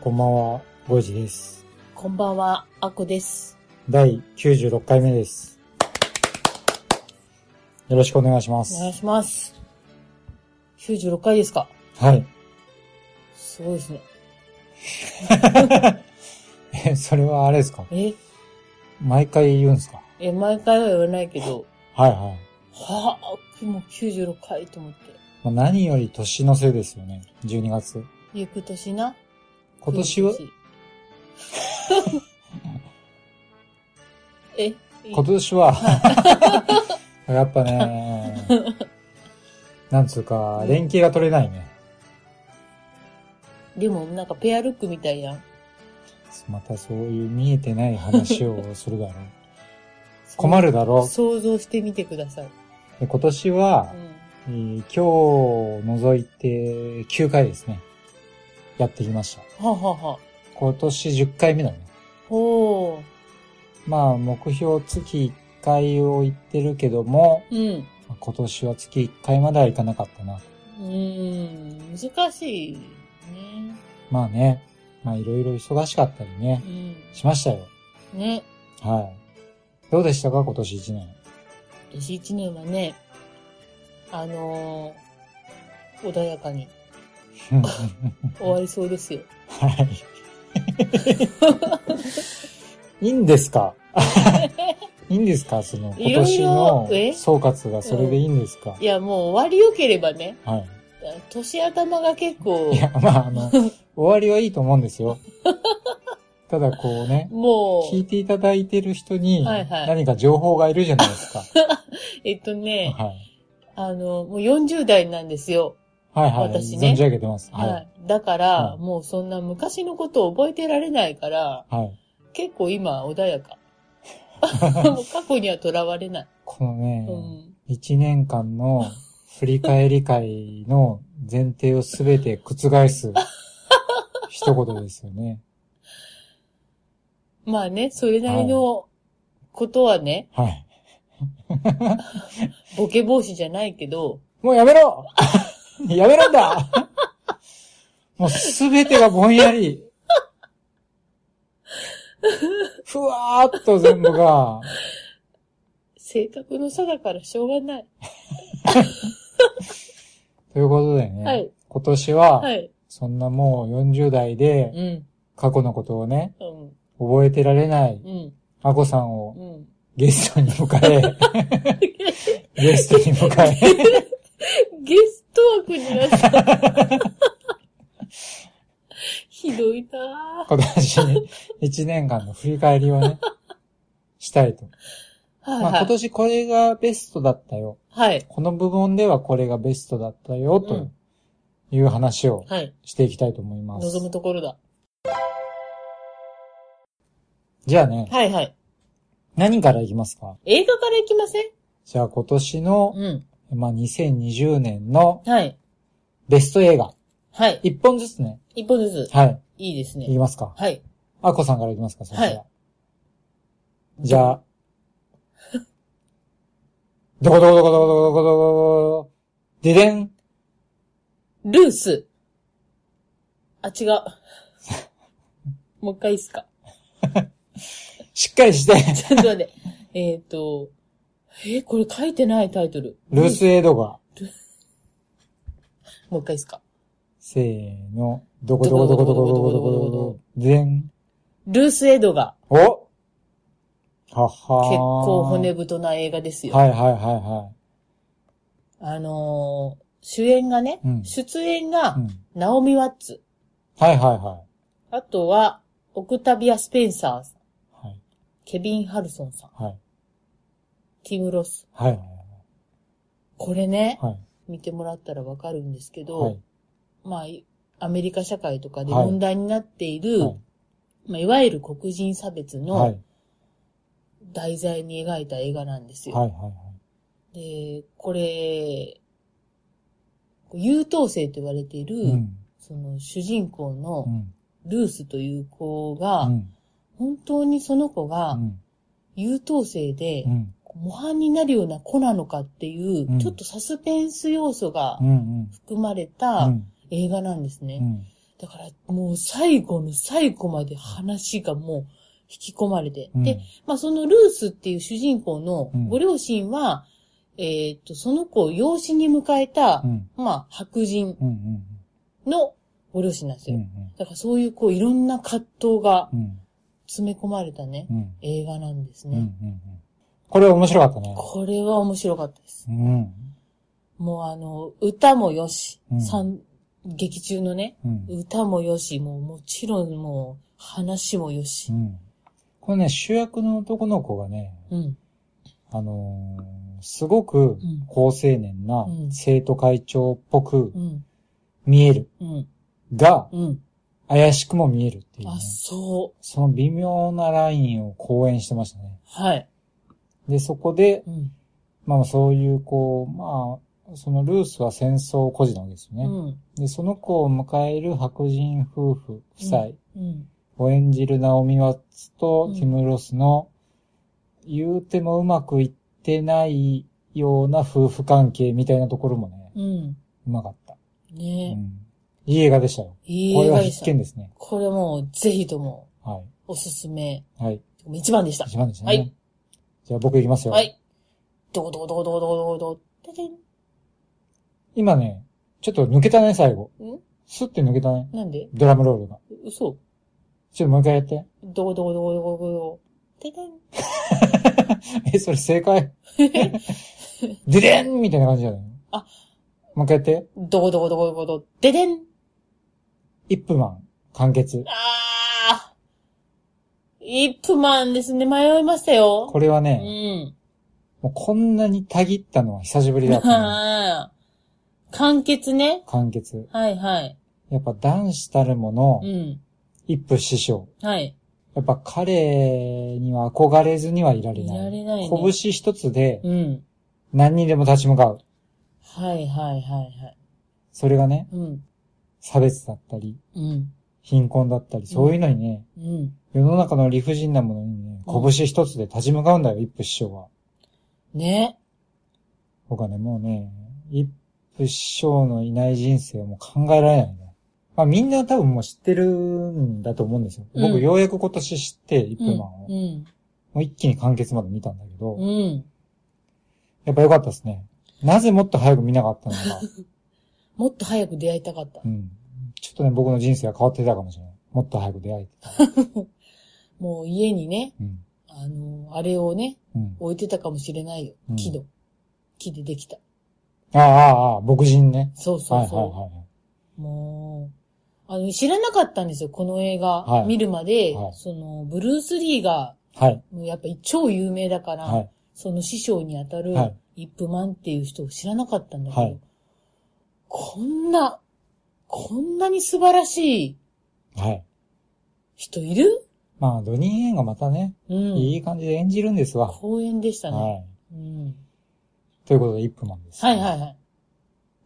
こんばんは、ゴジです。こんばんはあこです第96回目です。よろしくお願いしますお。願いします96回ですかはい。すごいですねえ、それはあれですかえ毎回言うんですかえ毎回は言わないけどはいはい。はあもう96回と思ってまあ、何より年のせいですよね。12月。ゆく年な今年は、 え今年は、 やっぱね、なんつうか、連携が取れないね。でもなんかペアルックみたいやん。またそういう見えてない話をするだろう。困る だろ想像してみてください。う。で今年はう、ん。えー今日を除いて9回ですね。やってきました。はあ、はあはあ、今年10回目だね。ほまあ、目標月1回を言ってるけども、う。うん。今年は月1回まではいかなかったな。うーん。難しいね。まあね、まあいろいろ忙しかったりね、うしましたよ。ん。ね。はい。どうでしたか今年1年。私一年はね、あのー、穏やかに終わりそうですよ。はい。いいんで すかいいんですかそのい今ろい年ろのえ総括がそれでいいんですか、いや、もう終わり良ければね、はい。年頭が結構い、や、まあ、あの、終わりはいいと思うんですよ。ただこうね、も、聞いうていただいてる人に、はいはい何か情報がいるじゃないで すか。えっとね、はい。あの、もう40代なんですよ。はいはい。私ね存じ上げてます。は。はいい。だから、うんもうそんな昔のことを覚えてられないから、はい。結構今は穏や か。もう過去にはとらわれない。このうね、ん。一、年間の振り返り会の前提をすべて覆す一言ですよね。まあね、それなりのことはね、はい。ボケ防止じゃないけど、もうやめろ やめろんだもうすべてがぼん やり。ふわーっと全部が、性格の差だからしょうがない。ということでね、はい今年は、はい。そんなもう40代でうん。過去のことをね、うん。覚えてられないうん。あこさんをうん。ゲストに迎 え、ゲストに迎え、ゲスト枠になった。 ひどいなぁ今年1年間の振り返りをね、したいと。はいまあ、は今い。年これがベストだったよ。はい。この部門ではこれがベストだったよ、うとんいう話をはい。していきたいと思います。望むところだ。じゃあね、はいはい。何からいきますか映画から行きませんじゃあ今年の、うん。まあ、2020年のはい。ベスト映画。はい。一本ずつね。一本ずつ。はい。いいですいね。きますか。はい。あこさんからいきますか、そしたらはじゃあ、どこどこどこどこどこどこどこ、ででん。ルース。あ、違う。 もう一回いいっすか。 しっかりして、ちょっと待って。えっと、えーこれ書いてないタイトル。ルースエドガー。もう一回いいっすか。せーの、どこどこどこどこどこどこどこどこ、でん。ルース・エドがおはっはー。結構骨太な映画ですよ。はいはいはいはあのー、主演がね、うん出演がい。う、ん。ナオミ・ワッツ。はいはいはあとは、オクタビア・スペンサーさん、い。はい。ケビン・ハルソンさん、はい。ティム・ロス。はいはいこれね、はい。見てもらったらわかるんですけど、はい。まあ、いアメリカ社会とかではい問題になっている、はいいまあ、いわゆる黒人差別はのい。題材に描いた映画なんですよ。はい、はい、はい。で、これ、優等生と言われている、うん。その主人公うのん。ルースという子うが、ん。本当にその子うがん。優等生でう、ん。模範になるような子なのかっていう、うんちょっとサスペンス要素がうん。含まれうたん。映画なんですね。うん。だからもう最後の最後まで話がもう引き込まれて。うんで、、まあそのルースっていう主人公のうんご両親は、えーっと、その子を養子に迎えた、うん。まあ白人うん。うん。のご両親なんですうん。うよ。ん。だからそういうこういろんな葛藤がうん。詰め込まれたね、うん。映画なんですうん。うね。ん。これ面白かったね。これは面白かったです。うん。もうあの、歌もよし、うんさん劇中のね、うん。歌もよし、もうもちろんもう話もよしう。ん。このね、主役の男の子がね、うん。あのーすごくん高青年なうん生徒会長っぽくうん。見えるうん。が、うん。怪しくも見えるっていう、ねあ、。そその微妙なラインを講演してましたね。う。はい。で、そこで、うん。まあそういう、こう、まあ、そのルースは戦争孤児なわけですようね。ん。で、その子を迎える白人夫婦夫妻うん。を演じるナオミ・ワッツとうんティム・ロスの、言うてもうまくいってないような夫婦関係みたいなところもね、うん。うまかった。うねん、いい映画でしたよ。いいこれ映は画でし必た。見ですね。これもうぜひともはおすすめ。い。はい。一番でした。一番でしたね。はいじゃあ僕いきますよ。はい。どこどこどこどこどこどこどこ。ててん今ね、ちょっと抜けたね、最後ん。スッて抜けたね。なんでドラムロールが。嘘ちょっともう一回やって。 どこどこどこどこどこどこ。ててん。え、それ正 解ででんみたいな感じじゃないのあ。もう一回やって。どこどこどこどこどこ。ててん。イップマン、完結。あー。イップマンですね。迷いましたよ。これはね、うん。もうこんなにたぎったのは久しぶり だったね。あー完結ね。完結。はいはい。やっぱ男子たるものう、ん。一夫師匠。はい。やっぱ彼には憧れずにはいられないい。られないね拳一つでうん。何にでも立ち向かう。はいはいはいはい。それがね、うん。差別だったり、うん。貧困だったり、そういうのにね、うん。世の中の理不尽なものにね、うん拳一つで立ち向かうんだよ、一夫師匠は。ね。僕はね、もうね、一夫師匠のいない人生はもう考えられないね。まあみんな多分もう知ってるんだと思うんですよ。う僕んようやく今年知って、一うん夫マンを。。うん。もう一気に完結まで見たんだけど、うん。やっぱ良かったですね。なぜもっと早く見なか ったのか。もっと早く出会いたかったう。ん。ちょっとね、僕の人生は変わってたかもしれない。もっと早く出会えてた。もう家にね、うん。あの、あれをね、うん。置いてたかもしれないよう。ん木の。木でできた。ああ、ああ、ああ、牧人ね。そうはそいうそう。はもう、あの、知らなかったんですよ、この映画。はい見るまで、はいその、ブルース・リーが、いはい。はい。もうやっぱり超有名だから、はい。その師匠にあたるはい、イップマンっていう人を知らなかったんだけど、はいこんな、こんなに素晴らしいはい。人いるまあ、ドニー・イエンがまたね、うん。いい感じで演じるんですわ。公演でしたね。はうん。い。ということで、イップマンです。はいはいはい。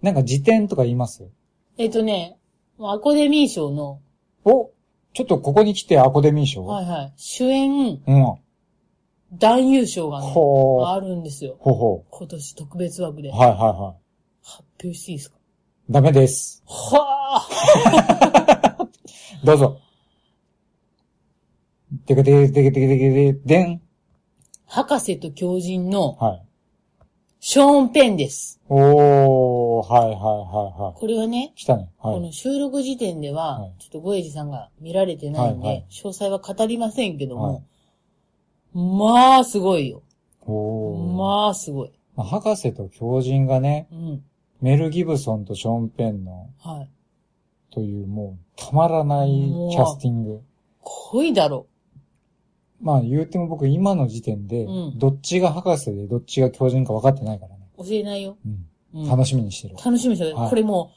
なんか辞典とか言いますえっ、とね、アコデミー賞の、おちょっとここに来てアコデミー賞はいはい、主演うん。男優賞がね、ほう。あるんですよ。ほうほ今年特別枠う。で。はいはいは発表していいですかい。ダメです。はあどうぞ。てけてけてけてけてけてけでん。博士と狂人のはい。ショーン・ペンです。おー、はいはいはいはい。これはね、来たね。はこい。の収録時点では、はいちょっとゴエジさんが見られてないんで、はいはい詳細は語りませんけどはいも、まあすごいよ。おー。まあすごい。まあ博士と狂人がね、うん。メル・ギブソンとショーン・ペンの、はい。というもう、たまらないキャスティング。濃いだろまあ言うても僕今の時点で、うんどっちが博士でどっちが狂人か分かってないからね。う。教えないよ。うん。うん、楽しみにしてる。楽しみにしてるはいこれも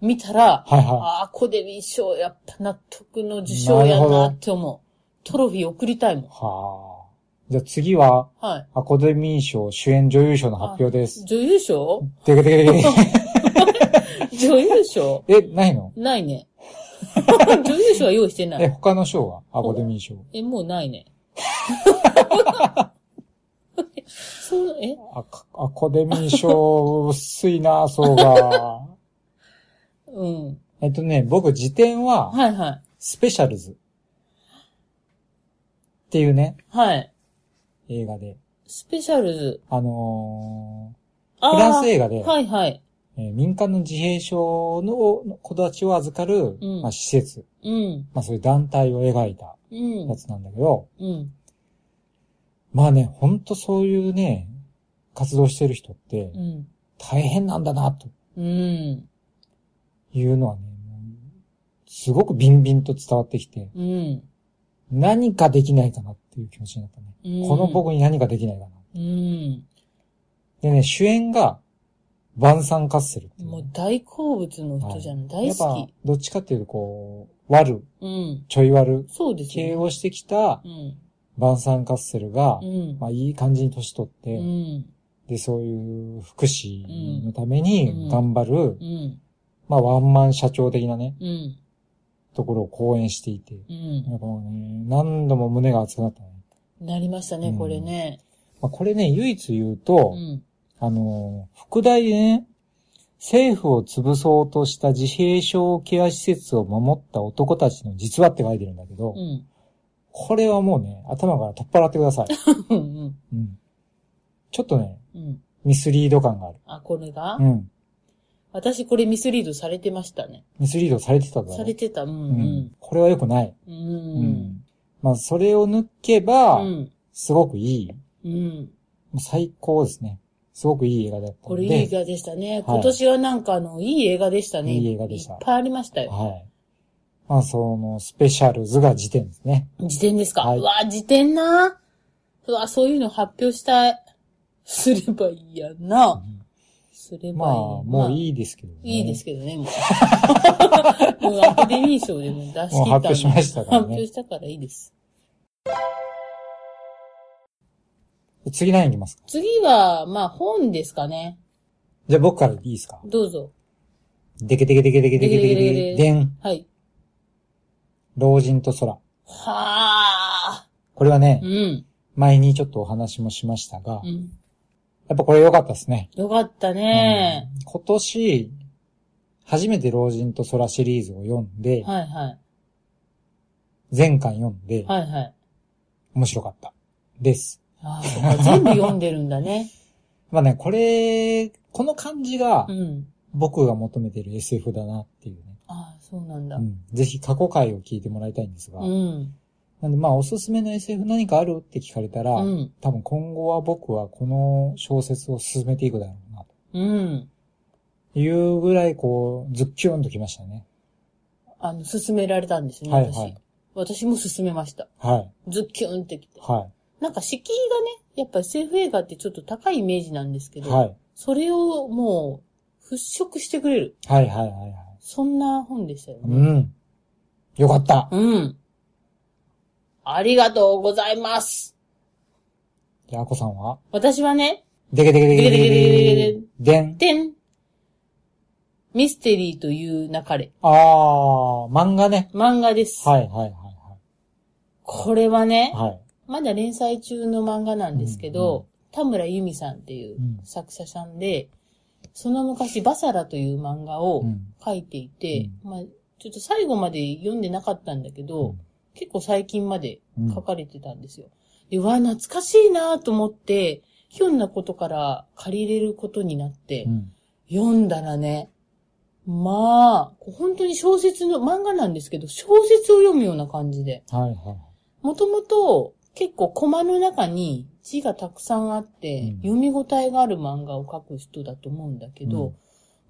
見たら、はいはああ、コデリ賞、やっぱ納得の受賞やなって思う。トロフィー送りたいもんい。。はあ。じゃあ次は、はい。アカデミー賞主演女優賞の発表です。女優 賞てけてけてけ。女優賞え、ないのないね。 女優賞は用意してなえ、い。他の賞はアカデミー賞。え、もうないね。そう、えアカアカデミー賞、薄いな、そうが。うん。えっとね、僕、辞典は、はいはい。スペシャルズ。っていうね、はい。映画で。スペシャルズ。あのあーフランス映画ではいはい。ーえー民間の自閉症の子たちを預かる、うんまあ、施設、うん。まあ、そういう団体を描いたうやん。つなんだけど、うん。まあね、ほんとそういうね、活動してる人ってう、ん。大変なんだな、とうん。いうのはね、もうすごくビンビンと伝わってきて、うん。何かできないかなっていう気持ちになったね。うんこの僕に何かできないかな。うん。でね、主演が、バンサン・カッセルっていうねもう大好物の人じゃん。大やっぱ好、どっちかっていうと、こう、悪、き。うん。ちょい悪そうですよ系ね。をしてきたうん。バンサン・カッセルがう、ん。まあいい感じに年取って、うん。で、そういう福祉のために頑張る、うん。まあワンマン社長的なね、うん。ところを講演していて、うん。やっぱね、何度も胸が熱くなったね。なりましたうね、んこれね。まあこれね、唯一言ううと、ん。あの、副題でね、政府を潰そうとした自閉症ケア施設を守った男たちの実話って書いてるんだけど、うん。これはもうね、頭から取っ払ってくださうい。ん。うん。ちょっとね、うん。ミスリード感がある。あ、これがうん。私これミスリードされてましたね。ミスリードされてただろされてた。ううんん。。これは良くない。うん。う。。うんまあ、それを抜けば、うん。すごくいい。うん。もう最高ですね。すごくいい映画だったこのれで。いい映画でしたね。い今年はなんかあの、いい映画でしたね。いい映画でしたいっぱいありましたよ。はい。まあ、その、スペシャルズが時点ですね。辞典ですか、はいうわ、辞典なうわ、そういうの発表したい。すればいいやな。すればいいな。まあ、もういい。いですけどね。いいですけけどね、 もう。もうアカデミー賞でもう出し切ったんで。もう発表しましたからね発表したからいいです。ど。次何いきますか次は、まあ本ですかね。じゃあ僕からいいですかどうぞ。でけでけでけでけでけでけでけでん。はい。老人と空。はあ。これはねう、ん。前にちょっとお話もしましたがう、ん。やっぱこれ良かったですね。よかったね。うん今年、初めて老人と空シリーズを読んで、はいはい。前回読んで、はいはい。面白かった。です。ああ、そうか全部読んでるんだね。まあね、これ、この感じが うん。僕が求めてる SF だなっていうね。ああ、そうなんだう。ん、ぜひ過去回を聞いてもらいたいんですが。うん。なんでまあおすすめの SF 何かあるって聞かれたら、うん。多分今後は僕はこの小説を進めていくだろうなうん。というぐらいこう、ズッキュンときましたね。あの、勧められたんですね、はい私。はい。私も勧めました。はい。ズッキュンってきて。はなんか敷居がね、やっぱ SF 映画ってちょっと高いイメージなんですけい。ど、はい。それをもう、払拭してくれる。はいはいはいはい。そんな本でしたようね。ん。よかった。うん。ありがとうございます。じゃあ、アコさんは私はね、でけでけでけでけでけでん。てん。ミステリーという流れ。あー、漫画ね。漫画です。はいはいはいこれはね、はい。はい。まだ連載中の漫画なんですけうんうど、田村由美さんっていう作者さんで、その昔バサラという漫画うをん。書いていて、まあ、ちょっと最後まで読んでなかったんだけど、うん結構最近までうん書かれてたんですよ。で、うわ、懐かしいなと思って、ひょんなことから借りれることになって、うん。読んだらね、まあ、本当に小説の、漫画なんですけど、小説を読むような感じで。はいはい。もともと、結構コマの中に字がたくさんあって、うん読み応えがある漫画を描く人だと思うんだけうどん、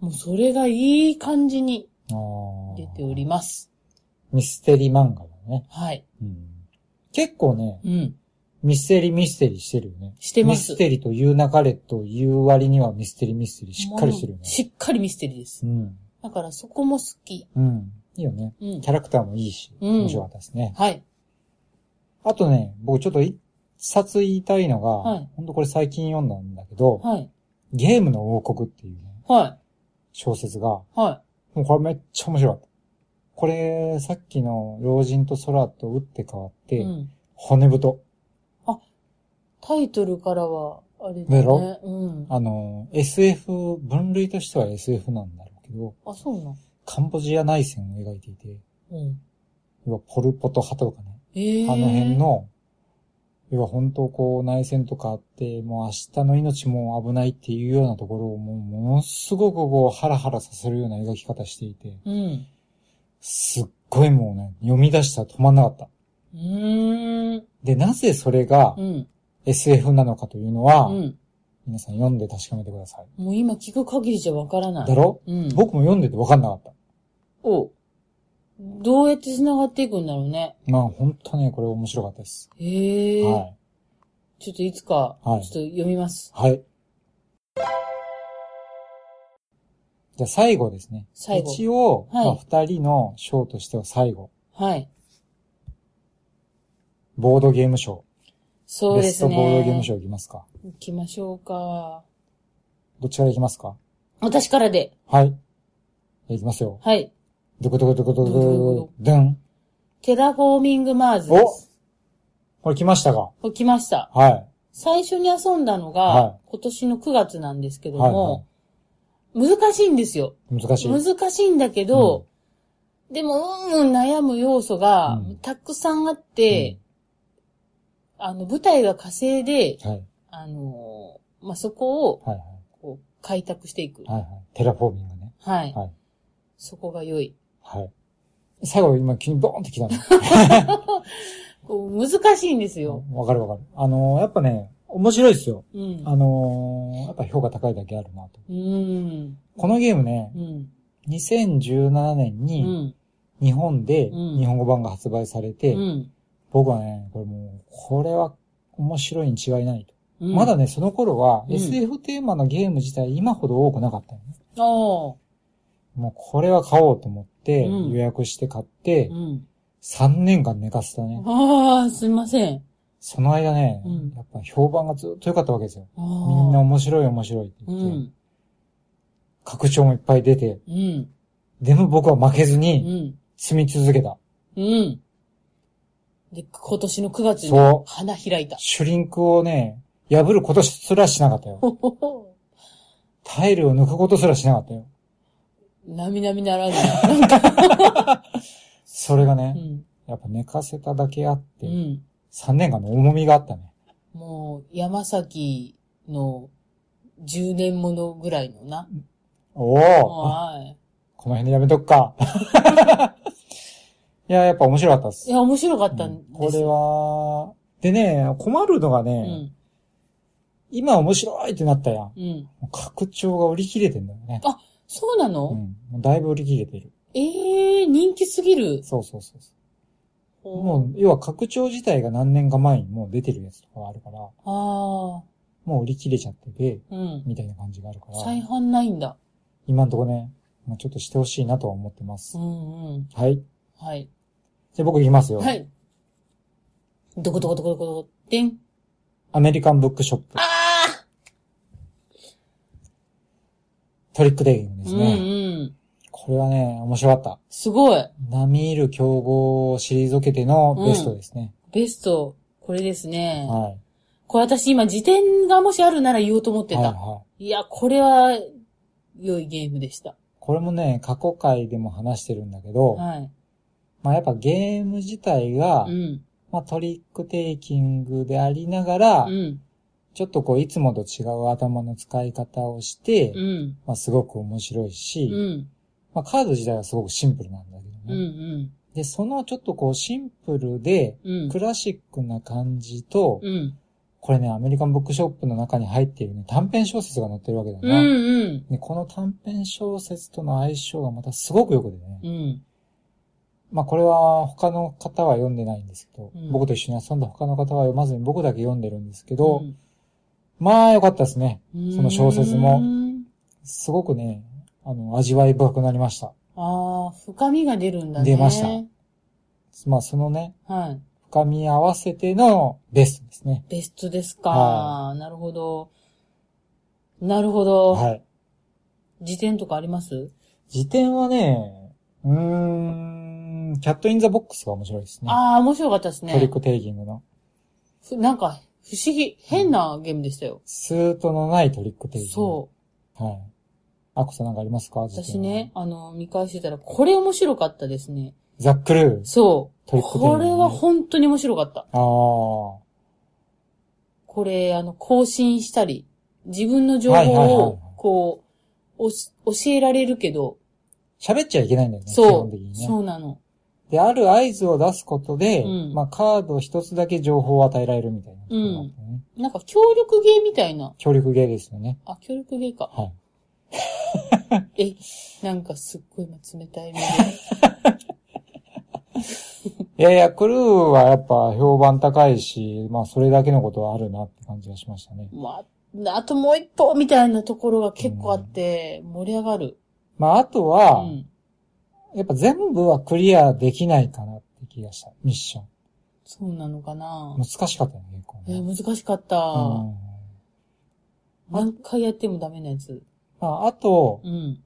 もうそれがいい感じにあー。出ております。ミステリー漫画だね。はい。うん。結構ね、うん。ミステリーミステリーしてるよね。してまミす。ステリーという流れという割にはミステリーミステリーしっかりしてるよもう。ねしっかりミステリーです。うん。だからそこも好き。うん。いいよね。うんキ。ャラクターもいいし、うん面白かったですね。はい。あとね、僕ちょっと一冊言いたいのが、はいほんとこれ最近読んだんだけど、はい。ゲームの王国っていうね、は小説が、い。はもうこれめっちゃ面白かった。これ、さっきの老人と空と打って変わっい。て、うん。骨太。タイトルからは、あれだね。だろうん。あの、SF、分類としては SF なんだろうけど、あ、そうなん。カンボジア内戦を描いていて、うん。要はポルポト派とかね、ええあの辺。の、要は本当こう内戦とかあって、もう明日の命も危ないっていうようなところをもうものすごくこうハラハラさせるような描き方していて、うん。すっごいもうね、読み出したら止まんなかった。うーん。で、なぜそれがうん。 SF なのかというのは、うん。皆さん読んで確かめてください。もう今聞く限りじゃわからない。だろうん。僕も読んでて分かんなかった。おどうやって繋がっていくんだろうね。まあ本当ね、これ面白かったです。へえ、はい。ちょっといつか、ちょはっいと読みます。はい。じゃあ最後ですね。最後一応、はいまあ二人のショーとしては最後。はい。ボードゲームショー。そうでベスすトね。ボードゲームショーいきますか。行きましょうか。どっちからいきますか私からで。はい。いきますよ。はい。ドクドクドクドクドクドドククドン。テラフォーミングマーズです。これ来ましたかお来ました。は最初に遊んだのが、は今年の9月なんですけい。どはい、もは、難しいんですよ。い。難しい。難しいんだけど、でも、うんうん悩む要素がうん、たくさんあって、あの、舞台が火星で、うんはい。あのーまあ、そこを、はい。こう、開拓していく。はい。はい。はい。テラフォーミングね。はい。はいそこが良い。はい。最後今急にボーンって来たの。こう、難しいんですよ。わかるわかる。あのー、やっぱね、面白いですよ。うん。あのー、やっぱ評価高いだけあるなと。うん。このゲームねう、ん。 2017年うにん。日本でうん日本語版が発売されて、うん。僕はね、これもう、これは面白いに違いないと。うんまだね、その頃はうん SF テーマのゲーム自体今ほど多くなかったよね。ああ。もうこれは買おうと思ってうん予約して買ってう、ん。 3年間寝かせたね。ああ、すいません。その間ねうん、やっぱ評判がずっと良かったわけですよ。あみんなあ。面白い面白いってう言って、ん。拡張もいっぱい出て、うん。でも僕は負けずうにん。積み続けた。うん。で、今年の9月にそう花開いた。シュリンクをね、破ることすらしなかったよ。ほほほ。タイルを抜くことすらしなかったよ。なみなみならぬ。それがうね、ん。やっぱ寝かせただけあってう、ん。 3年間の重みがあったね。もう、山崎の10年ものぐらいのな。おおはこの辺でやめとくか。 いや、やっぱ面白かったっい。いす。や、面白かったうんんでこすれよ。は、でね、困るのがうね、ん。今面白いってなったやん。うん。もう拡張が売り切れてんだよね。そうなうん。のもうだいぶ売り切れてる。ええ、人気すぎる。そうそうそうそう。もう、要は拡張自体が何年か前にもう出てるやつとかあるから、あもう売り切れちゃってて、あ。うん。みたいな感じがあるから、再販ないんだ。今んとこね、まあ、ちょっとしてほしいなとは思ってます。うんうん。はい。はい。じゃあ僕行きますよ。はい。どこどこどこどこどこ、でん。アメリカンブックショップ。ああトリックデーゲームでうすんね。うん。これはね、面白かった。すごい。並みいる競合を退けてのベストですね。ベスト、これですね。はい。これ私今、辞典がもしあるなら言おうと思ってはいた。はい。いや、これは、良いゲームでした。これもね、過去回でも話してるんだけど、はい。まあやっぱゲーム自体が、うん。まあトリックテイキングでありながら、うん。ちょっとこういつもと違う頭の使い方をして、うん。まあすごく面白いしう、ん。まあカード自体はすごくシンプルなんだけどね。うん。うん。で、そのちょっとこうシンプルで、うんク。ラシックな感じと、うん。これね、アメリカンブックショップの中に入っているね、短編小説が載ってるわけだうん。な。うん。でこの短編小説との相性がまたすごく良くてね。うん。まあこれは他の方は読んでないんですけど、うん僕と一緒に遊んだ他の方は読まずに僕だけ読んでるんですけど、まあ良かったですね。うんその小説もうんすごくね、あの、味わい深くなりました。ああ、深みが出るんだね。出ましたまあ、そのね、はい。深み合わせてのベストですね。ベストですか。はなるほど。なるほど。はい。辞典とかあります辞典はね、うーん、キャットインザボックスが面白いですね。ああ、面白かったですトリッね。クテイキングの。ふなんか、不思議、変なゲームでしたよ。スートのないトリックテイキング。そう。う。はい。あこさんなんかありますか辞典は私ね、あの、見返してたら、これ面白かったですね。ザックルー。そう。トリックテイキンこグねれは本当に面白かった。ああ。これ、あの、更新したり、自分の情はいはいはい報はをい、こう、おし教えられるけど、喋っちゃいけないんだよね。基そ本的にう、ね。そうなの。で、ある合図を出すことで、うんまあカード一つだけ情報を与えられるみたいな、うんなんか、協力ゲーみたいな。協力ゲーですよね。あ、協力ゲーか。はい。え、なんかすっごい今冷たい目で。 いやいや、クルーはやっぱ評判高いし、まあそれだけのことはあるなって感じがしましたね。まあ、あともう一歩みたいなところが結構あって、盛り上がる。まああとうは、ん。やっぱ全部はクリアできないかなって気がした。ミッション。そうなのかな難。しかったね、結構えね。難しかった。うん何回やってもダメなやつ。まああと、うん。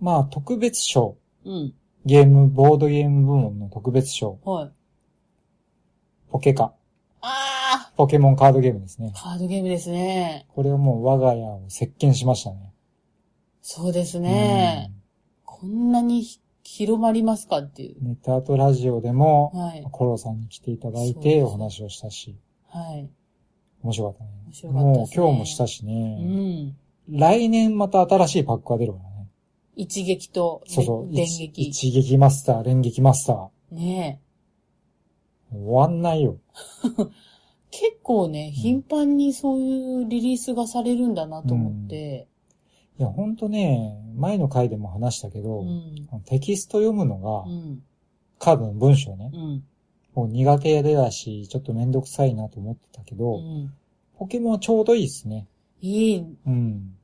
まあ特別賞。うん。ゲーム、ボードゲーム部門の特別賞。はい。ポケカ。あポケモンカードゲームですねー。カードゲームですね。これはもう我が家を席巻しましたね。そうですね。こんなにひ広まりますかっていうう。んネタとラジオでも、はい。コロさんに来ていただいそうでてすお話をしたし、はい。面白かったね。面白かったもでうすね今日もしたしうね、ん。来年また新しいパックが出るからね。一撃と、そうそう。電一撃。一撃マスター、連撃マスター。ねえ。終わんないよ。結構ね、頻繁にそういうリリースがされるんだなと思って。いや、ほんとね、前の回でも話したけど、うん。テキスト読むのがう、ん。カードの文章ねう、ん。もう苦手でだし、ちょっとめんどくさいなと思ってたけうど、ん。ポケモンはちょうどいいですね。いい。うん。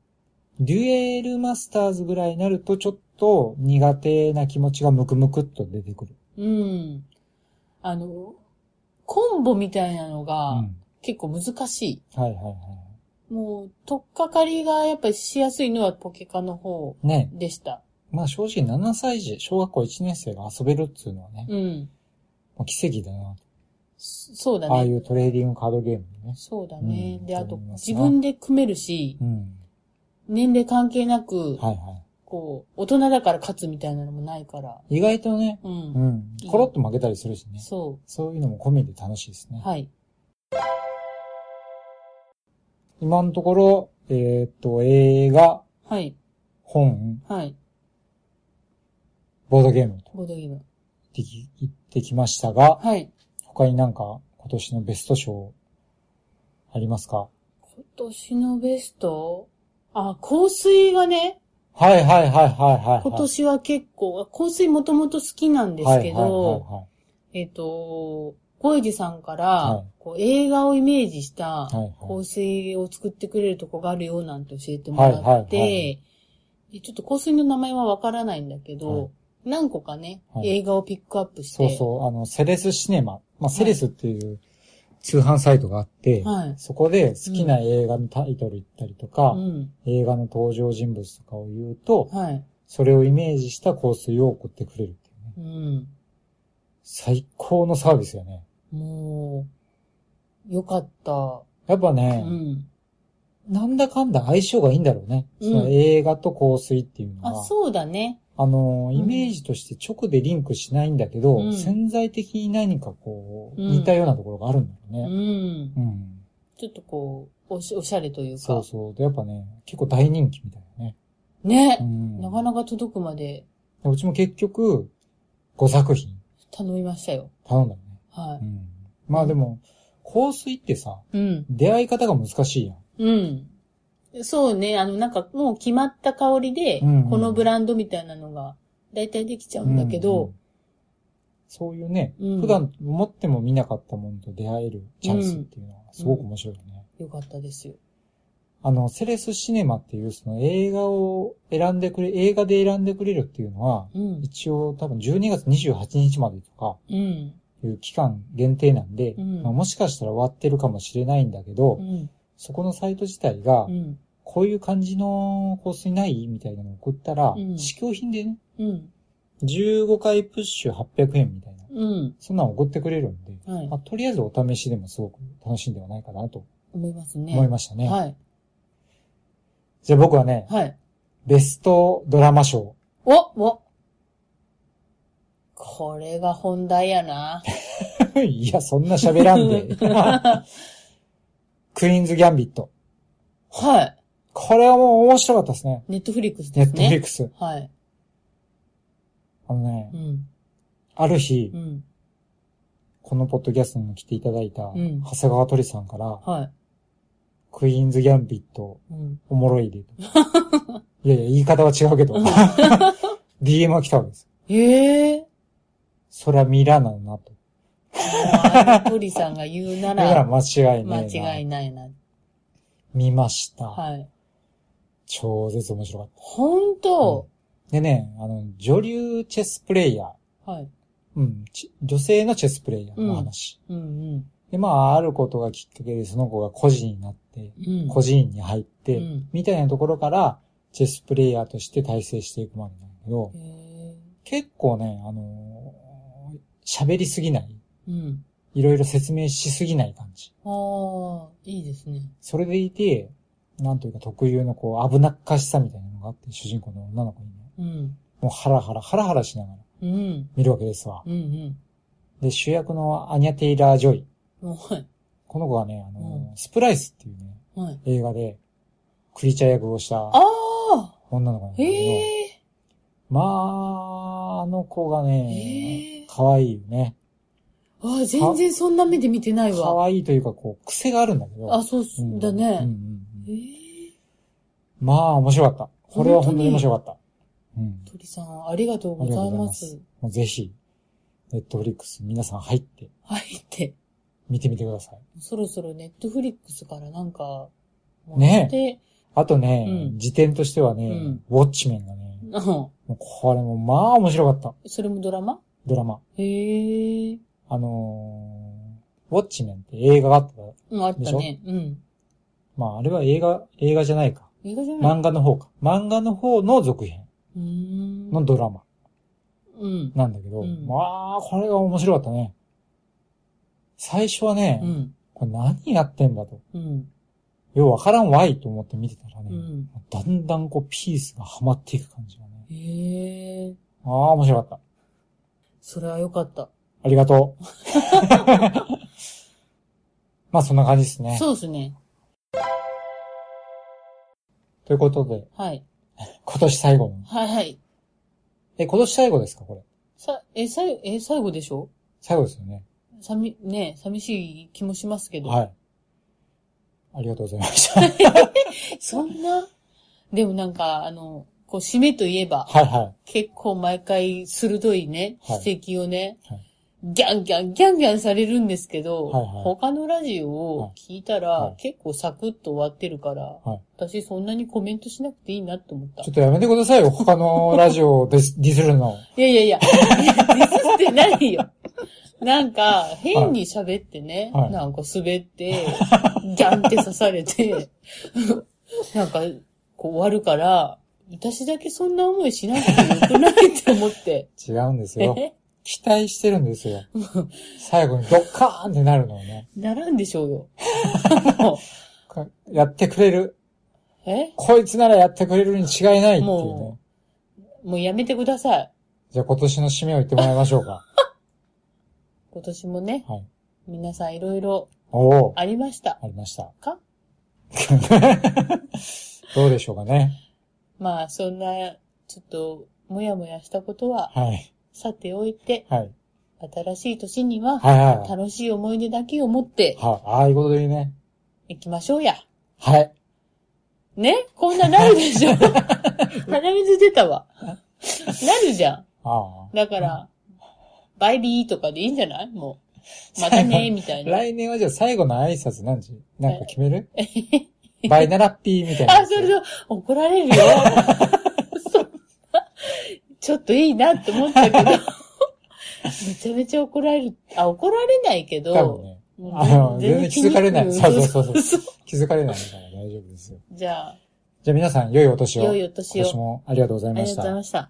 デュエルマスターズぐらいになるとちょっと苦手な気持ちがムクムクっと出てくる。うん。あの、コンボみたいなのうがん結構難し。はいはいはいもう、とっかかりがやっぱりしやすいのはポケカの方い。ね。でした。まあ正直7歳児、小学校1年生が遊べるっていうのはね、うん。もう奇跡だな。そそうだああいね。うトレーディングカードゲームね。そうだね。うんで、あと思い、ます自な分で組めるしう、ん。年齢関係なく、はいはこう、大人だから勝つみたいなのもないから。い。意外とね、う。うんん。コロッと負けたりするしね。そそういうのも込みで楽しいですう。ね。はい。今のところ、えーっと、映画、はい。本、はい。ボードゲームとボードゲーム。言ってき言ってきましたが、はい。他になんか今年のベスト賞ありますか今年のベストあ、香水がね、はいはいはいはいはい、はい。今年は結構、香水もともと好きなんですけど、はえっと、小池さんから、はいこう映画をイメージしたいはいはい香水を作ってくれるとこがあるよなんて教えてもらって、はいはいはいでちょっと香水の名前はわからないんだけど、はい何個かね、はい映画をピックアップして、そうそう、あの、セレスシネマ。まあ、セレスっていう通販サイトがあって、はいそこで好きな映画のタイトル言ったりとか、うん、映画の登場人物とかを言うと、はい、それをイメージした香水を送ってくれるっていうね。うん、最高のサービスよね。もう、よかった、やっぱうね、ん。なんだかんだ相性がいいんだろうね。うんその映画と香水っていうのは。あ、そうだね。あの、んイメージとして直でリンクしないんだけど、うん潜在的に何かこう、うん似たようなところがあるんだうろうね。ん。うん。ちょっとこう、おしおしゃれというか。そうそう。で、やっぱね、結構大人気みたいなね。ね、うん。なかなか届くまででうちも結局、5作品頼みましたよ。頼んだよね。はうん。まあでも、香水ってさ、い。うん。出会い方が難しいやん。うん。そうね。あの、なんかもう決まった香りで、うんうんこのブランドみたいなのが、だいたいできちゃうんだけど、うんそういうね、うん普段持っても見なかったものと出会えるチャンスっていうのはすごく面白いよね。よかったですよ。あの、セレスシネマっていう、その映画を選んでくれ、映画で選んでくれるっていうのは、うん。一応多分12月28日までとかうん。いう期間限定なんで、うんまあもしかしたら終わってるかもしれないんだけど、うん。そこのサイト自体がう、ん。こういう感じの香水ないみたいなのを送ったらう、ん試供品でね、うん。 15回プッシュ800円みたいな、うん。そんなの送ってくれるんで、はいまあ、とりあえずお試しでもすごく楽しいんではないかなと思いますね。思いましたね。はい。じゃあ僕はね、はい。ベストドラマ賞。 おおこれが本題やな。いや、そんな喋ら んで。 クイーンズ・ギャンビット。はい。これはもう面白かったですね。ネットフリックスネですットフリッね。クス。はい。あのねう、ん。ある日う、ん。このポッドキャストに来ていただいた、ん長谷川鳥さんから、はクイーンズ・ギャンビット、い。うん。おもろいでと。 いやいや、言い方は違うけど。DM が来たわけです。え えそりゃ見らなんなと。ー。鳥さんが言うなだからら、間違いな間いな。違いないな。見ました。はい。超絶面白かっほんと、た。でね、あの、女流チェスプレイヤー。はい。うん、ち女性のチェスプレイヤーの話。うんうん。で、まあ、あることがきっかけでその子が孤児になって、うん。孤児院に入って、うんみたいなところから、チェスプレイヤーとして体制していくまでなんだけどへ、え結構ね、あのー喋りすぎない。うん。いろいろ説明しすぎない感じ。ああ、いいですね。それでいて、なんというか特有のこう、危なっかしさみたいなのがあって、主人公の女の子にね、うん。もうハラハラ、ハラハラしながらうん。見るわけですわ。うんうん。で、主役のアニャ・テイラー・ジョイ。はい。この子はね、あのうースプライスっていうね、はい。映画で、クリーチャー役をしたああ女の子なんだへけど、えまあ、あの子へがねえ、可愛いよね。あー全然そんな目で見てない可わ。愛いというか、こう、癖があるんだけど。あ、そうっすうんだうんうね。んうえんえまあ、面白かった。これは本当に面白かった。うん。鳥さん、ありがとうございます。もうぜひ、ネットフリックス皆さん入って、入って。見てみてください。そろそろネットフリックスからなんか、ねで、あとね、うん時点としてはね、うんウォッチメンがね、うんもうこれもまあ面白かった。それもドラマドラマ。へえ。あのー、ウォッチメンって映画があったからうん、あったね。うん。まあ、あれは映画、映画じゃないか。映画じゃない漫画の方か。漫画の方の続編うーん。のドラマうん。なんだけど、うんまあ、これが面白かったね。最初はね、うん。これ何やってんだと。うん。ようわからんわいと思って見てたらね、うん。だんだんこうピースがはまっていく感じがね。へえ。ああ、面白かった。それは良かった。ありがと う。 まあそんな感じですね。そうですね。ということで、はい。今年最後の。はいはい。え、今年最後ですかこれ。さ、え、さい、え、最後でしょ最後ですよね。さみ、ね寂しい気もしますけど。はい。ありがとうございました。 はいそんなでもなんか、あの、こう、締めといえば、は結構毎回鋭いね、はい指摘をね、はいギャンギャン、ギャンギャンされるんですけど、はいはい他のラジオを聞いたら、はい結構サクッと終わってるから、はい私そんなにコメントしなくていいなって思ったい。ちょ。っとやめてくださいよ。他のラジオをディスディスるの。いやいやいや、ディスってないよ。なんか、変に喋ってね、はいなんか滑って、ギャンって刺されて、なんか、こう終わるから、私だけそんな思いしなくてよくないって思って。違うんで すよ。え期待してるんですよ。最後にドッカーンってなるのをね。ならんでしょう よ。あのかやってくれる。えこいつならやってくれるに違いないっていうねも。もうやめてください。じゃあ今年の締めを言ってもらいましょ うか。今年もね、はい。皆さんいろいろおお、ありました。ありました。か どうでしょうかね。まあ、そんな、ちょっと、もやもやしたことは、はい。さておいて、はい。新しい年には、はいはいはい。楽しい思い出だけを持ってはい。ああいうことでいいね。行きましょうや。はい。ねこんななるで しょ鼻水出たわ。なるじゃん。あだから、バイビーとかでいいんじゃないもう。またねみたあ。いな。来年はじゃあ最後の挨拶何時なんか決めるえバイナラッピーみたいな。 あ、それで怒ら れるよ。そんなちょっといいなって思ったけど、めちゃめちゃ怒られる。あ、怒られないけ多分ど、ね。うんあの、全然気づかれない。全そ然気うそにうそうそそうう。気づかれないから大丈夫ですよ。 じゃあ、じゃあ皆さん、良いお年を。良いお年を今年もありがとうございありがまとうしございた。ました。